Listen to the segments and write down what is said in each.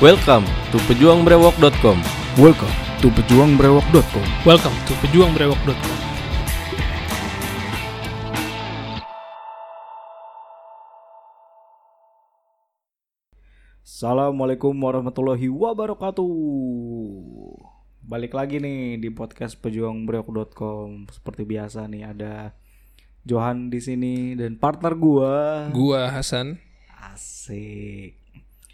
Welcome to pejuangbrewok.com. Welcome to pejuangbrewok.com. Welcome to pejuangbrewok.com. Assalamualaikum warahmatullahi wabarakatuh. Balik lagi nih di podcast pejuangbrewok.com. Seperti biasa nih ada Johan di sini dan partner gua. Gua Hasan. Asik.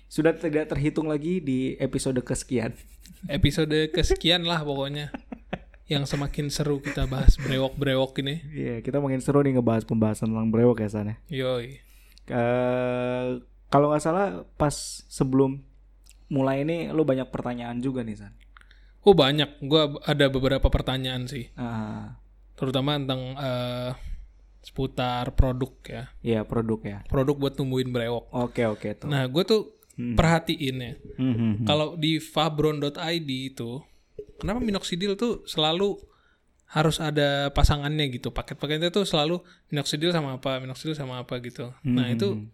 Sudah tidak terhitung lagi di episode kesekian. Episode kesekian lah pokoknya. Yang semakin seru kita bahas brewok-brewok ini. Iya, kita makin seru nih ngebahas pembahasan tentang brewok ya San, ya. Yoi. Eh, kalau nggak salah pas sebelum mulai ini lu banyak pertanyaan juga nih San. Oh banyak. Gua ada beberapa pertanyaan sih. Ah, Terutama tentang eh, seputar produk ya. iya produk ya. Produk buat tumbuhin brewok. Oke oke tuh. Nah gue tuh perhatiin ya. Mhm. Kalau di fabron.id itu. Kenapa minoxidil tuh selalu harus ada pasangannya gitu. Paket-paketnya tuh selalu minoxidil sama apa, minoxidil sama apa gitu. Nah itu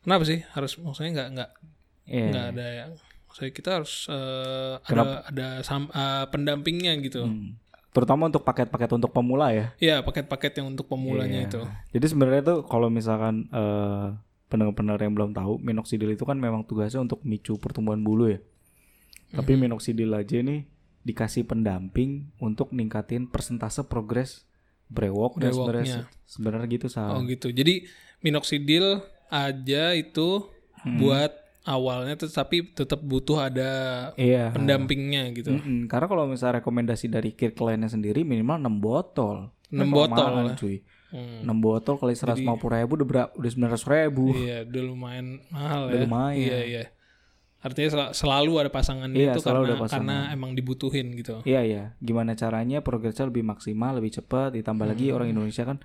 kenapa sih harus maksudnya nggak nggak Hmm, Iya. nggak ada yang maksudnya kita harus eh, ada ada sam- eh, pendampingnya gitu Hmm. Terutama untuk paket-paket untuk pemula ya. ya paket-paket yang untuk pemulanya Iya. itu Jadi sebenarnya tuh kalau misalkan eh, pendengar-pendengar yang belum tahu, minoxidil itu kan memang tugasnya untuk micu pertumbuhan bulu ya. Tapi Hmm. minoxidil aja nih dikasih pendamping untuk ningkatin persentase progres brewok dan sebenarnya sebenarnya gitu sah. oh gitu jadi minoxidil aja itu Hmm. buat awalnya tuh tapi tetap butuh ada Iya. pendampingnya gitu Mm-mm. Karena kalau misalnya rekomendasi dari kirklandnya sendiri minimal 6 botol. 6 botol Kelamaan, lah. cuy. Hmm. 6 botol kali 150 ribu udah, berapa? udah 900 ribu. iya udah lumayan mahal Udah ya lumayan. iya iya artinya sel- selalu ada pasangannya Iya, itu selalu karena ada pasangan. karena emang dibutuhin gitu Iya ya, gimana caranya progresnya lebih maksimal, lebih cepat, ditambah lagi Hmm. orang Indonesia kan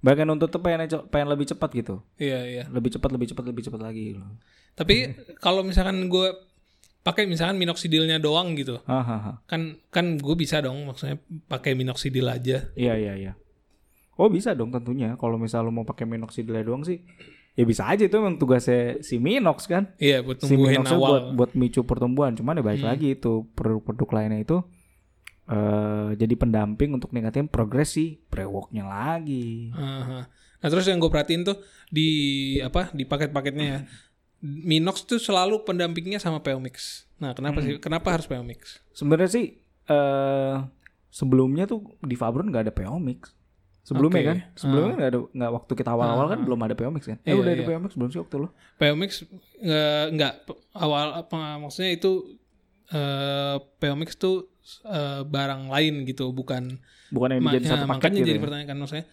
bahkan untuk tuh pengen pengen lebih cepat gitu. iya iya Lebih cepat, lebih cepat, lebih cepat lagi gitu. loh. Tapi kalau misalkan gue pakai misalkan minoxidilnya doang gitu, Hahaha. kan kan gue bisa dong maksudnya pakai minoxidil aja. Iya iya iya. Oh bisa dong tentunya kalau misal lu mau pakai minoxidil doang sih ya bisa aja itu memang tugasnya si minox kan. Iya buat Si tumbuhin minoxnya buat awal. Hmm. buat micu pertumbuhan. Cuman ya baik lagi itu produk-produk lainnya itu eh jadi pendamping untuk ningkatin progresi brewoknya lagi. Aha. Nah terus yang gue perhatiin tuh di apa di paket-paketnya ya. Minox tuh selalu pendampingnya sama Peomix. Nah kenapa sih? Kenapa harus Peomix? Sebenarnya sih eh sebelumnya tuh di Fabron nggak ada Peomix. Sebelumnya Oke. Ah. kan, sebelumnya nggak ada nggak waktu kita awal-awal kan belum ada Peomix kan. Eh Iya, udah ada iya. Peomix belum sih waktu lo? Peomix eh, nggak pe- awal apa maksudnya itu eh Peomix tuh eh, barang lain gitu, bukan Bukan yang Ma- jadi ya, satu paket makanya gitu. jadi ya? pertanyaan maksudnya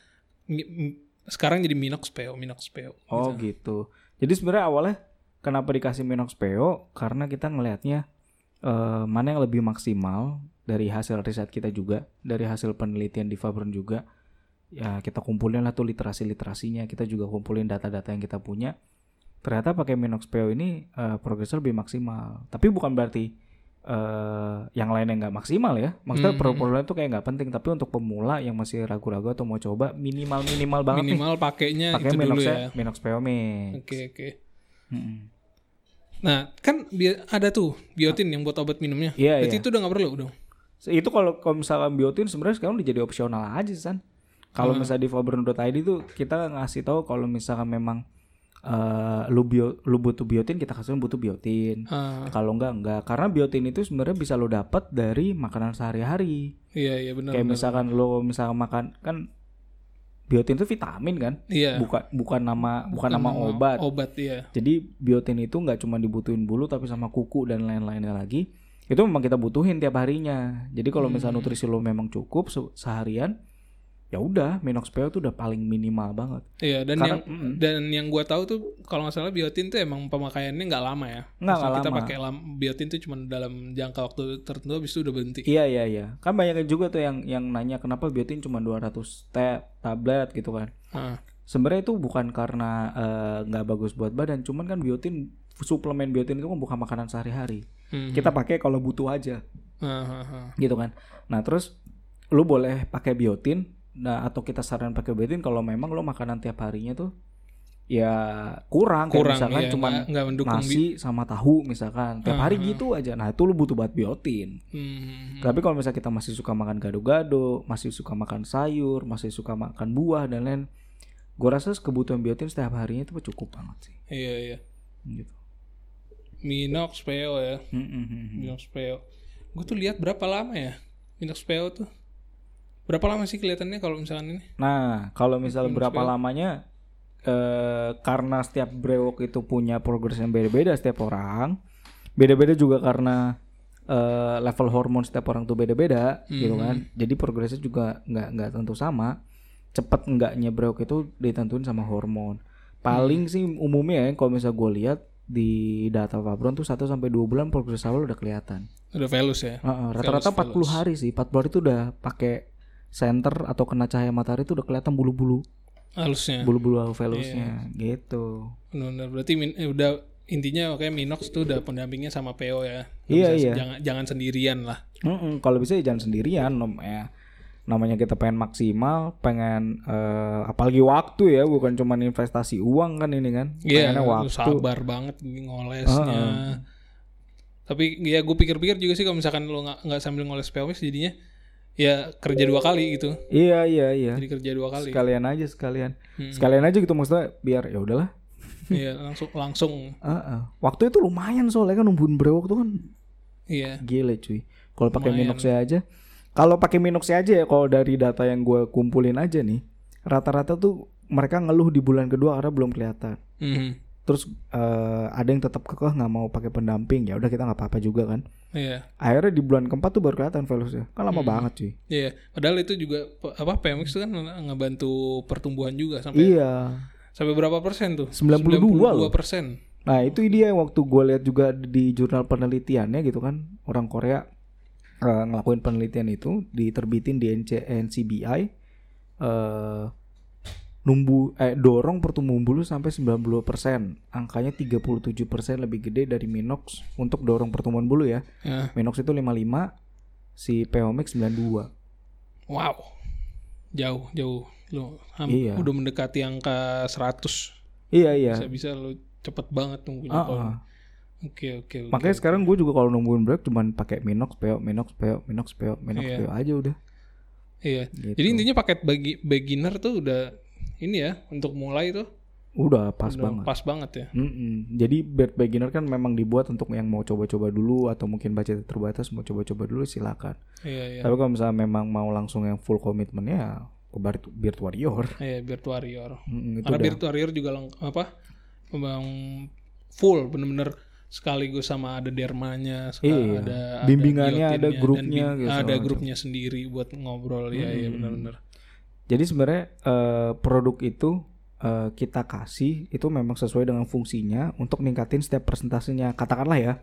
mi- mi- sekarang jadi minox peo minox peo Oh gitu. Jadi sebenarnya awalnya kenapa dikasih Minox Peo? Karena kita ngelihatnya eh, mana yang lebih maksimal dari hasil riset kita juga, dari hasil penelitian di Fabron juga. Ya kita kumpulin lah tuh literasi-literasinya, kita juga kumpulin data-data yang kita punya. Ternyata pakai Minox Peo ini eh, progresnya lebih maksimal. Tapi bukan berarti eh, yang lainnya nggak maksimal ya. Maksudnya Hmm. produk-produknya tuh kayak nggak penting. Tapi untuk pemula yang masih ragu-ragu atau mau coba minimal-minimal banget nih minimal pakainya pakai itu dulu Minox ya Hmm. ya. Minox Peomix. oke oke Mm-mm. nah kan bi- ada tuh biotin yang buat obat minumnya Iya, berarti iya. itu udah nggak perlu dong So, Itu kalau kalau misalkan biotin sebenarnya sekarang udah jadi opsional aja san. Kalau Hmm. misalnya di fabron.id tuh kita ngasih tahu kalau misalkan memang eh, lu bio, lu butuh biotin kita kasih lu butuh biotin. Ah, Kalau enggak enggak karena biotin itu sebenarnya bisa lu dapat dari makanan sehari-hari. iya iya benar Kayak benar. misalkan lu misalkan makan kan biotin itu vitamin kan? iya Bukan bukan nama bukan, nama Nama obat. obat iya Jadi biotin itu nggak cuma dibutuhin bulu tapi sama kuku dan lain-lainnya lagi. Itu memang kita butuhin tiap harinya. Jadi kalau misalnya nutrisi lo memang cukup se- seharian, ya udah Minox Peo itu udah paling minimal banget. iya dan Karena- yang mm. dan yang gua tahu tuh kalau nggak salah biotin tuh emang pemakaiannya nggak lama ya Nggak, Maksudnya nggak kita lama. pakai lam- biotin tuh cuma dalam jangka waktu tertentu habis itu udah berhenti Iya iya iya. Kan banyak juga tuh yang yang nanya kenapa biotin cuma 200 tab tablet gitu kan. Ah, Sebenarnya itu bukan karena eh, nggak bagus buat badan, cuman kan biotin suplemen biotin itu kan bukan makanan sehari-hari. mhm. Kita pakai kalau butuh aja. Ah, ah, ah. gitu kan. Nah terus lu boleh pakai biotin, nah atau kita saran pakai biotin kalau memang lu makanan tiap harinya tuh ya kurang, kayak kurang misalkan ya, cuman nggak- nggak mendukung bi- Ah, nasi sama tahu misalkan tiap hari gitu aja nah itu lu butuh buat biotin Hmm, tapi kalau misalnya kita masih suka makan gado-gado masih suka makan sayur masih suka makan buah dan lain gue rasa kebutuhan biotin setiap harinya itu cukup banget sih iya iya gitu minox PO ya Mm, mm, mm, mm. minox PO gue tuh lihat berapa lama ya minox PO tuh berapa lama sih kelihatannya kalau misalkan ini Nah, kalau misal Minus berapa berapa? lamanya eh karena setiap brewok itu punya progres yang beda-beda setiap orang. Beda-beda juga karena eh, level hormon setiap orang tuh beda-beda gitu kan. Jadi progresnya juga nggak nggak tentu sama. Cepet enggaknya brewok itu ditentuin sama hormon. Paling sih umumnya ya kalau misal gue lihat di data Fabron tuh 1 sampai 2 bulan progres awal udah kelihatan. udah velus ya Heeh, rata-rata 40 hari sih. 40 hari itu udah pakai center atau kena cahaya matahari itu udah kelihatan bulu-bulu, halusnya bulu-bulu alveolusnya Iya. gitu. benar berarti min- eh, udah intinya makanya minox tuh udah pendampingnya sama PO ya Nggak Iya, bisa- iya. jangan jangan sendirian lah Mm-mm, kalau bisa ya jangan sendirian nom ya. Namanya kita pengen maksimal, pengen eh, apalagi waktu ya, bukan cuman investasi uang kan ini kan. Iya, Pengennya lu waktu. sabar banget ngolesnya. Tapi ya gue pikir-pikir juga sih kalau misalkan lo nggak nggak sambil ngoles POMS jadinya ya kerja dua kali gitu. Iya, iya, iya. Jadi kerja dua kali. Sekalian aja sekalian. Mm. Sekalian aja gitu maksudnya biar ya udahlah. Iya langsung langsung. Heeh. Waktu itu lumayan soalnya kan numbuhin brewok tuh kan Iya. Gile cuy. Kalau pakai Minoxia aja. Kalau pakai Minoxia aja ya kalau dari data yang gue kumpulin aja nih, rata-rata tuh mereka ngeluh di bulan kedua karena belum kelihatan. Mhm. Terus eh, ada yang tetap kekeh nggak mau pakai pendamping ya udah kita nggak apa-apa juga kan. Iya. Akhirnya di bulan keempat tuh baru kelihatan velusnya. Kan lama banget cuy. Iya. Padahal itu juga pe- apa PMX itu kan ngebantu pertumbuhan juga sampai Iya. sampai berapa persen tuh? 92 loh. persen. Nah itu dia yang waktu gue lihat juga di jurnal penelitiannya gitu kan orang Korea eh, ngelakuin penelitian itu diterbitin di NC NCBI eh numbu eh dorong pertumbuhan bulu sampai 90% angkanya 37% lebih gede dari Minox untuk dorong pertumbuhan bulu ya Ya. Minox itu 55 si Peomix 92 Wow. Jauh jauh lo ham- Iya. udah mendekati angka 100 iya iya bisa bisa lo cepet banget nunggunya Ah, kalau ah. Oke oke. oke. makanya sekarang gue juga kalau nungguin break cuman pakai Minox Peo Minox Peo Minox Peo Minox Iya. Peo aja udah Iya. Gitu. Jadi intinya paket bagi beginner tuh udah ini ya untuk mulai tuh udah pas udah banget pas banget ya. Mm-mm. Jadi bed beginner kan memang dibuat untuk yang mau coba-coba dulu atau mungkin budget terbatas mau coba-coba dulu silakan. Iya iya. Tapi kalau misalnya memang mau langsung yang full komitmen ya ke Bar- Beard Warrior. Iya Beard Warrior. Mm, itu Karena udah. Beard Warrior juga lang, apa? Memang full bener-bener sekaligus sama ada dermanya, sekali Iya. ada Bimbingannya, ada guillotinnya, dan grupnya, bim- gitu, Hmm. ada segala grupnya sendiri buat ngobrol ya, iya benar-benar. Jadi sebenarnya eh, produk itu eh, kita kasih itu memang sesuai dengan fungsinya untuk ningkatin setiap persentasenya. Katakanlah ya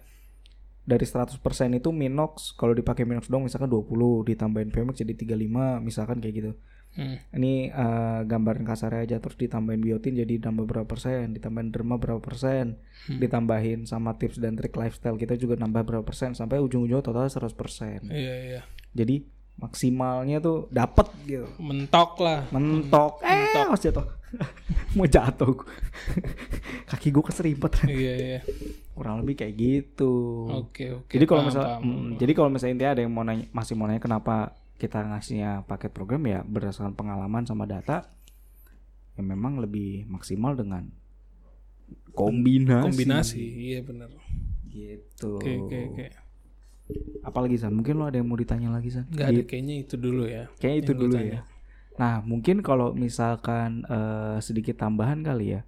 dari 100% itu Minox kalau dipakai Minox dong misalkan 20 ditambahin Pemex jadi 35 misalkan kayak gitu. Hmm. ini eh, gambaran kasarnya aja terus ditambahin biotin jadi nambah berapa persen ditambahin derma berapa persen ditambahin sama tips dan trik lifestyle kita juga nambah berapa persen sampai ujung-ujungnya total 100 persen Iya iya. jadi maksimalnya tuh dapat gitu Mentok lah. mentok eh harus jatuh mau jatuh gua. kaki gue keserimpet iya iya. kurang lebih kayak gitu Oke oke. jadi kalau Paham, misalnya paham. mm, jadi kalau misalnya intinya ada yang mau nanya masih mau nanya kenapa kita ngasihnya paket program ya berdasarkan pengalaman sama data ya memang lebih maksimal dengan kombinasi kombinasi, iya benar. gitu Oke oke oke. apalagi san mungkin lo ada yang mau ditanya lagi san Nggak ada kayaknya itu dulu ya. kayaknya itu yang gua dulu tanya. ya nah mungkin kalau misalkan eh, sedikit tambahan kali ya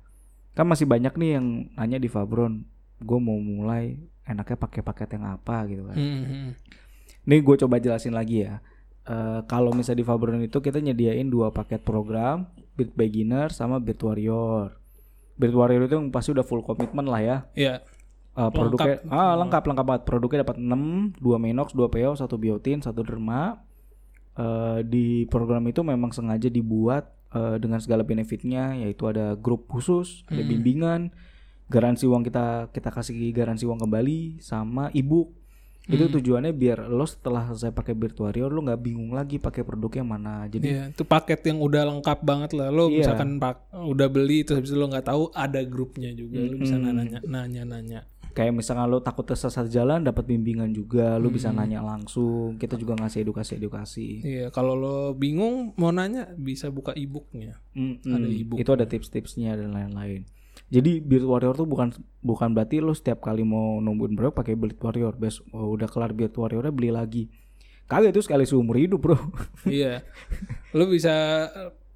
kan masih banyak nih yang nanya di Fabron gue mau mulai enaknya pakai paket yang apa gitu kan Hmm, hmm. Nih gue coba jelasin lagi ya. Eh, kalau misalnya di Fabron itu kita nyediain dua paket program, Beat Beginner sama Beat Warrior. Beat Warrior itu yang pasti udah full komitmen lah ya. Iya. Eh, produknya ah lengkap lengkap banget. Produknya dapat 6, 2 Minox, 2 PO, 1 biotin, 1 derma. Eh, di program itu memang sengaja dibuat eh, dengan segala benefitnya yaitu ada grup khusus, ada bimbingan, garansi uang kita kita kasih garansi uang kembali sama e-book Itu tujuannya biar lo setelah selesai pakai Beard Warrior lo nggak bingung lagi pakai produk yang mana. Jadi Iya, itu paket yang udah lengkap banget lah. Lo Iya. misalkan pak, udah beli terus habis itu lo nggak tahu ada grupnya juga. Lo bisa Hmm. nanya nanya nanya. kayak misalnya lo takut tersesat jalan dapat bimbingan juga, lo bisa nanya langsung. Kita juga ngasih edukasi-edukasi. Iya, kalau lo bingung mau nanya bisa buka e-booknya. Mm-mm. Ada e-book. Itu ada tips-tipsnya dan lain-lain. Jadi Beard Warrior tuh bukan bukan berarti lo setiap kali mau nungguin bro pakai Beard Warrior, bes oh, udah kelar Beard Warriornya beli lagi. Kagak itu sekali seumur hidup bro. iya. Lo bisa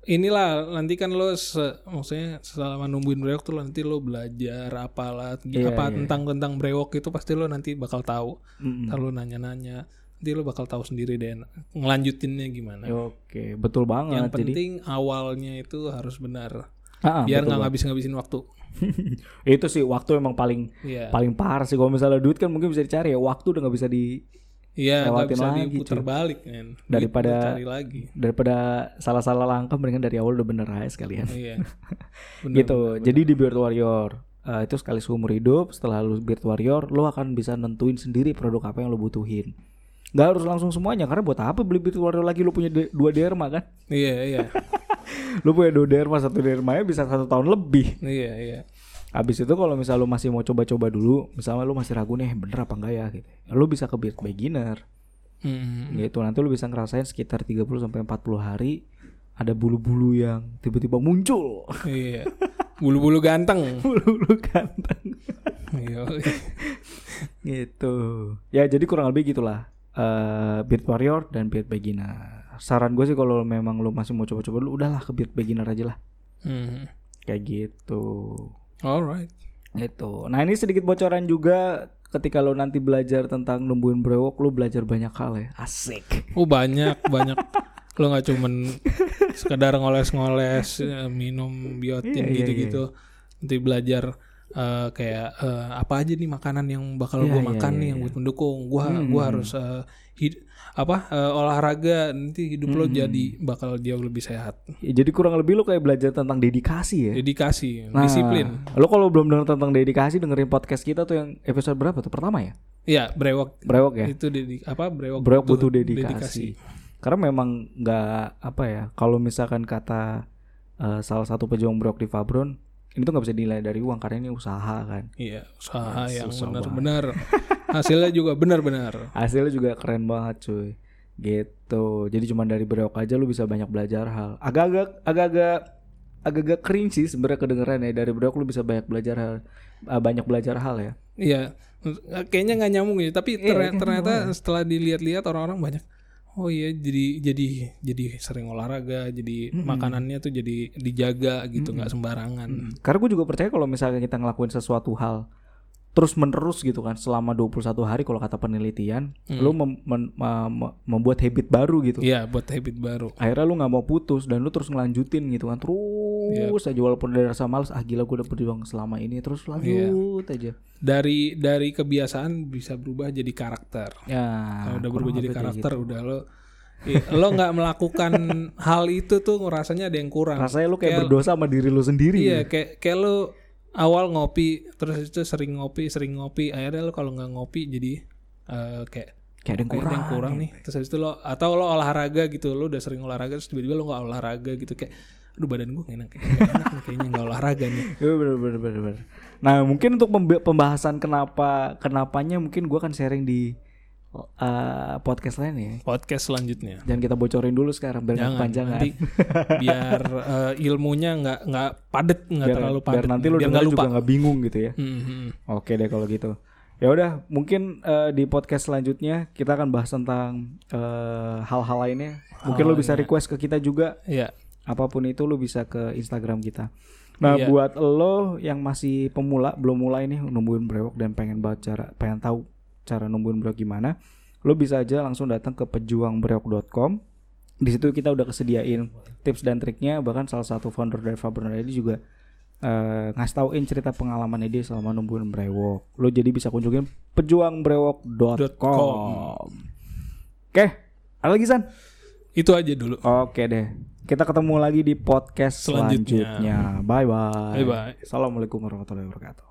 inilah nanti kan lo se- maksudnya selama nungguin brewok tuh nanti lo belajar apalah Iya, iya. apa tentang tentang brewok itu pasti lo nanti bakal tahu. Mm-mm. Ntar lo nanya-nanya. Nanti lo bakal tahu sendiri deh ngelanjutinnya gimana. Ya, Oke, betul banget. Yang Jadi, penting awalnya itu harus benar. Ah, ah, biar betul nggak ngabis-ngabisin waktu. banget. itu sih waktu emang paling Iya. paling parah sih. Kalau misalnya duit kan mungkin bisa dicari ya. Waktu udah nggak bisa di Iya, nggak lewatin bisa lagi, diputar balik kan. Duit Daripada- lu cari lagi. daripada salah-salah langkah mendingan dari awal udah bener aja sekalian. Iya. Benar. gitu. Jadi di Beard Warrior eh, itu sekali seumur hidup setelah lu Beard Warrior lo akan bisa nentuin sendiri produk apa yang lo butuhin. Nggak harus langsung semuanya karena buat apa beli Beard Warrior lagi lu punya de- dua derma kan? Iya, iya. Lu punya dua derma satu dermanya bisa satu tahun lebih. iya, iya. Habis itu kalau misal lu masih mau coba-coba dulu, misalnya lu masih ragu nih bener apa enggak ya gitu. Lu bisa ke Beard Beginner Mm. gitu. Nanti lu bisa ngerasain sekitar 30 sampai 40 hari ada bulu-bulu yang tiba-tiba muncul. iya. Bulu-bulu ganteng. bulu-bulu ganteng. Iya. gitu. Ya jadi kurang lebih gitulah. eh Beard Warrior dan Beard Beginner. Saran gue sih kalau memang lu masih mau coba-coba lu udahlah ke Beard Beginner aja lah. Mm. Kayak gitu. Alright. Gitu. Nah, ini sedikit bocoran juga ketika lu nanti belajar tentang numbuhin brewok lu belajar banyak hal ya. Asik. Oh, banyak, banyak. Lo nggak cuman sekedar ngoles-ngoles, eh, minum biotin Iya, iya, gitu-gitu. Nanti belajar eh, kayak eh, apa aja nih makanan yang bakal Iya, gue iya, makan iya, Hmm, nih yang buat mendukung. Gue gua harus eh, hid- apa eh, olahraga nanti hidup Hmm, lo jadi bakal jauh lebih sehat. Ya, jadi kurang lebih lu kayak belajar tentang dedikasi ya. Dedikasi, Nah, disiplin. Lu kalau belum denger tentang dedikasi dengerin podcast kita tuh yang episode berapa tuh? Pertama ya? Iya, brewok Brewok ya? itu dedik apa brewok Brewok butuh butuh dedikasi. Karena memang nggak apa ya, kalau misalkan kata eh, salah satu pejuang brewok di Fabron, ini tuh nggak bisa dinilai dari uang karena ini usaha kan. Iya, usaha yang susah benar-benar hasilnya juga benar-benar. Hasilnya juga keren banget cuy. Gitu. Jadi cuman dari brewok aja lu bisa banyak belajar hal. Agak-agak agak-agak agak-agak cringe sih sebenarnya kedengeran ya dari brewok lu bisa banyak belajar hal eh, banyak belajar hal ya. Iya, kayaknya nggak nyambung ya. Tapi Iya, ternyata, ternyata setelah dilihat-lihat orang-orang banyak. Oh iya, jadi jadi jadi sering olahraga, jadi makanannya tuh jadi dijaga gitu, nggak sembarangan. Karena gue juga percaya kalau misalnya kita ngelakuin sesuatu hal terus menerus gitu kan selama 21 hari kalau kata penelitian, lu mem- men- ma- ma- membuat habit baru gitu. Hmm. Iya, buat habit baru. Akhirnya lu nggak mau putus dan lu terus ngelanjutin gitu kan Iya. terus aja walaupun ada rasa males ah gila gue udah berjuang selama ini terus lanjut aja. Dari dari kebiasaan bisa berubah jadi karakter. Ya. Kalau udah kurang berubah jadi lebih kayak gitu. karakter, udah lo i- lo nggak melakukan hal itu tuh ngerasanya ada yang kurang. gitu. Rasanya lu kayak berdosa sama diri lu sendiri. Iya, kayak kayak lo awal ngopi, terus itu sering ngopi, sering ngopi, akhirnya lo kalau nggak ngopi jadi eh, kayak Kayak ada yang kurang. kayak ada gitu. yang kurang nih. Terus habis itu lo atau lo olahraga gitu, lo udah sering olahraga terus tiba-tiba lo nggak olahraga gitu kayak aduh badan gue nggak enak, kayak nggak enak nih, kayaknya nggak olahraga nih. Iya, bener, bener, bener, bener. Nah mungkin untuk pembe- pembahasan kenapa kenapanya mungkin gua akan sharing di eh, podcast lain ya. Podcast selanjutnya. Jangan kita bocorin dulu sekarang biar nggak Jangan kepanjangan. nanti biar eh, ilmunya nggak nggak padet, nggak biar, terlalu biar padet, nanti lu biar dengar nggak lupa. juga nggak bingung gitu ya. Hmm, hmm. Oke deh kalau gitu. Ya udah, mungkin eh, di podcast selanjutnya kita akan bahas tentang eh, hal-hal lainnya. Mungkin lu bisa request ke kita juga Iya. apapun itu lu bisa ke Instagram kita. Nah, Iya. buat lo yang masih pemula belum mulai nih numbuhin brewok dan pengen banget cara pengen tahu cara numbuhin brewok gimana, lo bisa aja langsung datang ke pejuangbrewok.com. Di situ kita udah kesediain tips dan triknya, bahkan salah satu founder dari Faber ini juga eh, ngasih tauin cerita pengalamannya dia selama numbuhin brewok. Lo jadi bisa kunjungin pejuangbrewok.com. Oke, ada lagi San? Itu aja dulu. Oke deh. Kita ketemu lagi di podcast Selanjutnya. selanjutnya. Bye bye. Bye-bye. Assalamualaikum warahmatullahi wabarakatuh.